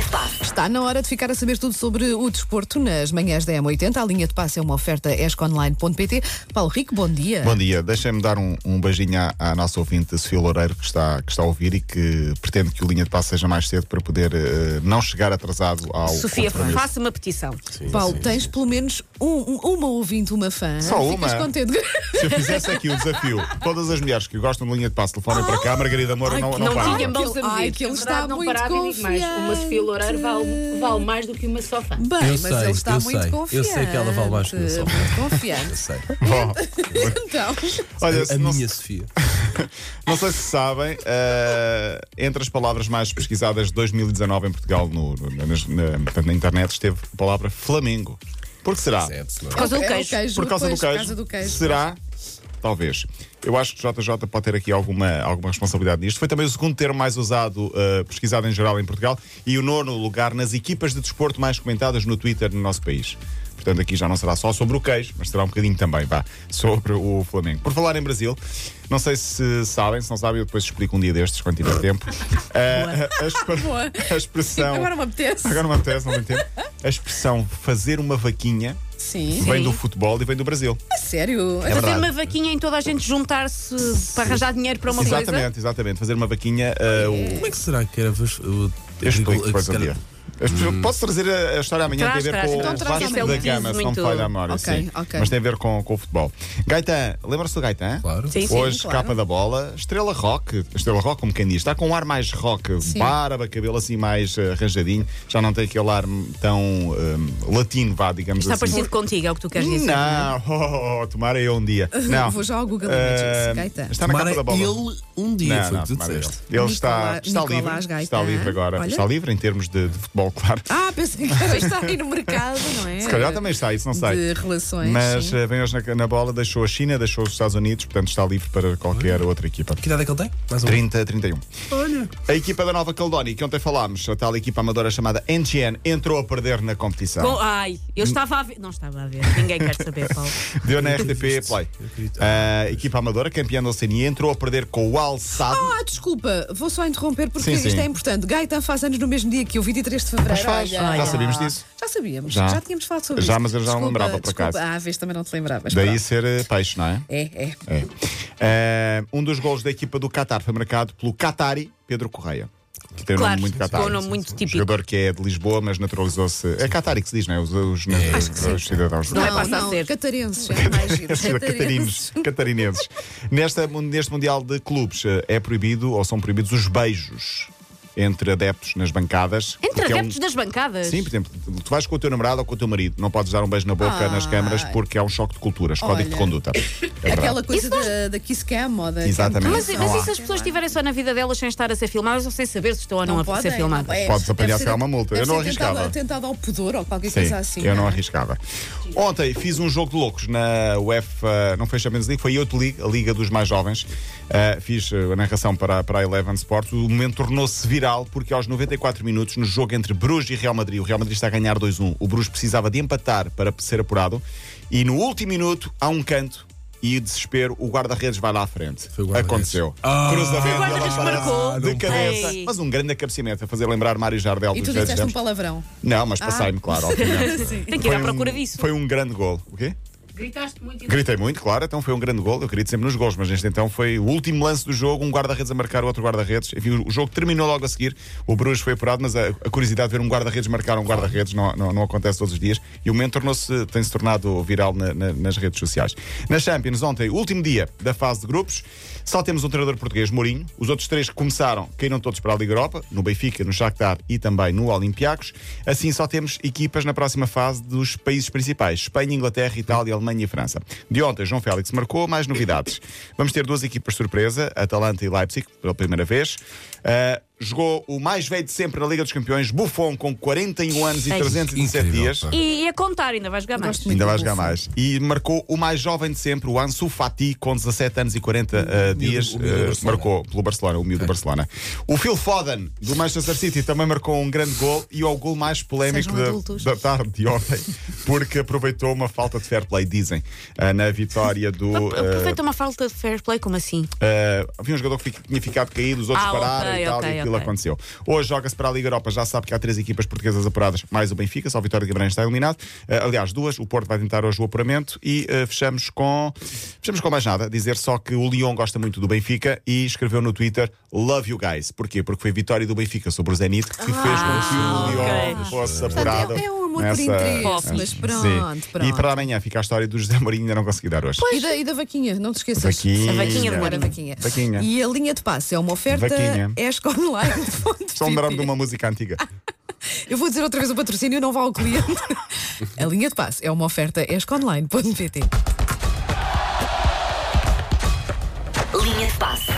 Está Tá na hora de ficar a saber tudo sobre o desporto nas manhãs da M80. A linha de passe é uma oferta esconline.pt. Paulo Rico, bom dia. Bom dia, deixem-me dar um, um beijinho à, à nossa ouvinte Sofia Loureiro que está, que está a ouvir e que pretende que o linha de passe seja mais cedo para poder eh, não chegar atrasado ao. Sofia, compromisso. faça uma petição. Paulo, tens pelo menos um- um- uma ouvinte, uma fã. Só Ficas uma? contente. Se eu fizesse aqui o desafio, todas as mulheres que gostam de linha de passe telefonem para cá, Margarida Moura Ai, não, que não, Não para. tinha mãos a medir. Ai, que ele Na está verdade, não muito parava e digo mais. Uma Sofia Loureiro vale, um, vale mais do que uma só fã. Bem, Eu mas sei, ele está eu muito sei. confiante. Eu sei que ela vale mais que eu sou. Muito confiante. Eu sei. Bom, Então, olha, a se não, minha Sofia. não sei se sabem, eh, entre as palavras mais pesquisadas de 2019 em Portugal no- no- nas- na, portanto, na internet esteve a palavra Flamengo. Por que será? Certo, Por causa do é o queijo. Por causa pois, do queijo. Por causa do queijo. Será? Talvez. Eu acho que o JJ pode ter aqui alguma, alguma responsabilidade nisto. Foi também o segundo termo mais usado, uh, pesquisado em geral em Portugal, e o nono lugar nas equipas de desporto mais comentadas no Twitter no nosso país. Portanto, aqui já não será só sobre o queijo, mas será um bocadinho também, vá, sobre o Flamengo. Por falar em Brasil, não sei se sabem, se não sabem, eu depois explico um dia destes, quando tiver tempo. Uh, a, exp- Boa. a expressão. Agora me apetece. Então, Agora não me apetece, não me entendo. A expressão fazer uma vaquinha Sim. vem do futebol e vem do Brasil. A sério. É Fazer verdade. uma vaquinha em toda a gente juntar-se para arranjar dinheiro para uma coisa. Exatamente, exatamente. Fazer uma vaquinha. uh, o- Como é que será que era? vos- o- Eu explico depois se um calhar- dia. Eu explico- Posso trazer a, a história amanhã? Traz, tem a ver traz. com Então o traz Vasco amanhã. da Gama, se não me Muito- falha a memória. Ok, sim. ok. Mas tem a ver com, com o futebol. Gaetan, lembra-se do Gaetan? Claro. Sim, sim, Hoje, claro. capa da bola, estrela rock, estrela rock, como quem diz, está com um ar mais rock, Sim. barba, cabelo assim mais eh, arranjadinho, já não tem aquele ar hum, tão hum, latino, vá, digamos Está assim. parecido contigo, é o que tu queres dizer. Não, oh, oh, tomara eu um dia. Não. Vou já ao Google Eh, Images. Gaita. Está na Tomara capa da bola. ele um dia, foi o que tu tomara disseste. Ele, ele Nicolás- está, está Nicolás livre. Gaetan. Está livre agora. tá? Olha. Está livre em termos de, de futebol, claro. Ah, pensei que era estar aí no mercado, não é? Se calhar também está, isso não sei. De relações. Mas sim. eh, vem hoje na, na bola, deixou a China, deixou os Estados Unidos, portanto está livre para qualquer outra equipa. Que idade é que ele tem? Mais um. 30 31. Olha. A equipa da Nova Caledónia, que ontem falámos, a tal equipa amadora chamada NGN, entrou a perder na competição. Com- ai, eu estava a ver. Não estava a ver, ninguém quer saber, Paulo. Deu na RTP Play. Eu acredito. A equipa amadora, campeã da Oceania, entrou a perder com o Al Sadd. Ah, desculpa, vou só interromper porque Sim, isto sim. é importante. Gaetan faz anos no mesmo dia que eu, 23 de fevereiro. Mas faz, Olha. já sabíamos disso. Já sabíamos, já, Já. tínhamos falado sobre Já, isto. mas eu já não Desculpa, lembrava, por desculpa. acaso. Ah, vez também não te lembravas. Daí pronto. ser eh, peixe, não é? É, é. É. Eh, um dos gols da equipa do Qatar foi marcado pelo Qatari Pedro Correia. Que tem um Claro, nome muito sim, Qatari. com um nome muito típico. Jogador que é de Lisboa, mas naturalizou-se. É Qatari que se diz, não é? Os, os, os- os cidadãos. Não é não, passa a não, ser. catarenses, já é mais giro. Catarinos, catarinenses. Nesta, neste Mundial de Clubes eh, é proibido ou são proibidos os beijos entre adeptos nas bancadas. Entre porque é um- adeptos das bancadas. Sim, por exemplo, tu vais com o teu namorado ou com o teu marido, não podes dar um beijo na boca nas Ah. câmaras porque é um choque de culturas, código de Olha. conduta. É verdade. Aquela coisa da, da Kiss Cam ou da. Exatamente. Mas, é um- Não mas há. e se as pessoas estiverem só na vida delas sem estar a ser filmadas ou sem saber se estão ou não, Não a podem, ser filmadas? é, Podes apanhar deve se ser- há uma multa. deve Eu não ser tentado- arriscava. Tentado ao pudor ou qualquer Sim, coisa assim. eu não é? arriscava. Ontem fiz um jogo de loucos na UEFA, não foi Champions League, foi Youth League, a Liga dos Mais Jovens. Uh, fiz uh, a narração para, para a Eleven Sports. O momento tornou-se viral porque aos 94 minutos, no jogo entre Bruges e Real Madrid, o Real Madrid está a ganhar 2-1. O Bruges precisava de empatar para ser apurado. E no último minuto, há um canto e desespero, o guarda-redes vai lá à frente. Foi o guarda-redes. Aconteceu. Ah, Foi Cruzamento o guarda-redes que marcou. de cabeça. Ei. Mas um grande cabeceamento a fazer lembrar Mário Jardel E dos tu velhos disseste um tempos. palavrão. Não, mas passei-me, claro, obviamente. Tem que ir à Foi procura um- disso. Foi um grande gol. O quê? Gritaste muito Gritei muito, claro, então foi um grande gol. Eu acredito sempre nos gols, mas neste então foi o último lance do jogo, um guarda-redes a marcar o outro guarda-redes. Enfim, o- o jogo terminou logo a seguir. O Bruges foi apurado, mas a, a curiosidade de ver um guarda-redes marcar um guarda-redes não, não, não acontece todos os dias. E o momento tornou-se, tem-se tornado viral na- na- nas redes sociais. Na Champions, ontem, último dia da fase de grupos, só temos um treinador português, Mourinho. Os outros três que começaram caíram todos para a Liga Europa, no Benfica, no Shakhtar e também no Olympiacos. Assim, só temos equipas na próxima fase dos países principais: Espanha, Inglaterra, Itália, Alemanha e França. De ontem, João Félix marcou mais novidades. Vamos ter duas equipas surpresa: Atalanta e Leipzig, pela primeira vez. Ah, jogou o mais velho de sempre na Liga dos Campeões, Buffon, com 41 anos e Ei. 317 Incrível, dias. pá. E, e a contar, ainda vais jogar mais. Gosto Ainda Muito vai bom, jogar sim. mais. E marcou o mais jovem de sempre, o Ansu Fati, com 17 anos e 40 eh, dias. o miúdo do eh, Barcelona. marcou pelo Barcelona, o miúdo do Barcelona. O Phil Foden, do Manchester City, também marcou um grande gol e é o gol mais polémico Sejam da- adultos. da, tarde de ontem, porque aproveitou uma falta de fair play, dizem, eh, na vitória do. eh, Aproveita uma falta de fair play, como assim? eh, havia um jogador que fi- tinha ficado caído, os outros Ah, pararam ok, e tal. ok, e ok. aquilo Ok. aconteceu. Hoje joga-se para a Liga Europa, já se sabe que há três equipas portuguesas apuradas, mais o Benfica, só o Vitória de Guimarães está eliminado. Eh, aliás, duas, o Porto vai tentar hoje o apuramento e eh, fechamos com fechamos com mais nada, dizer só que o Lyon gosta muito do Benfica e escreveu no Twitter Love you guys. Porquê? Porque foi a vitória do Benfica sobre o Zenit que fez com que o Ah, ok. Lyon fosse apurado. Portanto, é, é um amor por nessa- interesse, Sim. mas Sim. pronto, pronto. E para amanhã fica a história do José Mourinho ainda não consegui dar hoje. E da, e da vaquinha, não te esqueças. Vaquinha. A vaquinha, Agora a amor. vaquinha. Vaquinha. E a linha de passe é uma oferta Vaquinha. esconline. Só um drama de uma música antiga. Eu vou dizer outra vez o patrocínio, não vá ao cliente. a linha de passe é uma oferta esconline.pt. Linha de passe.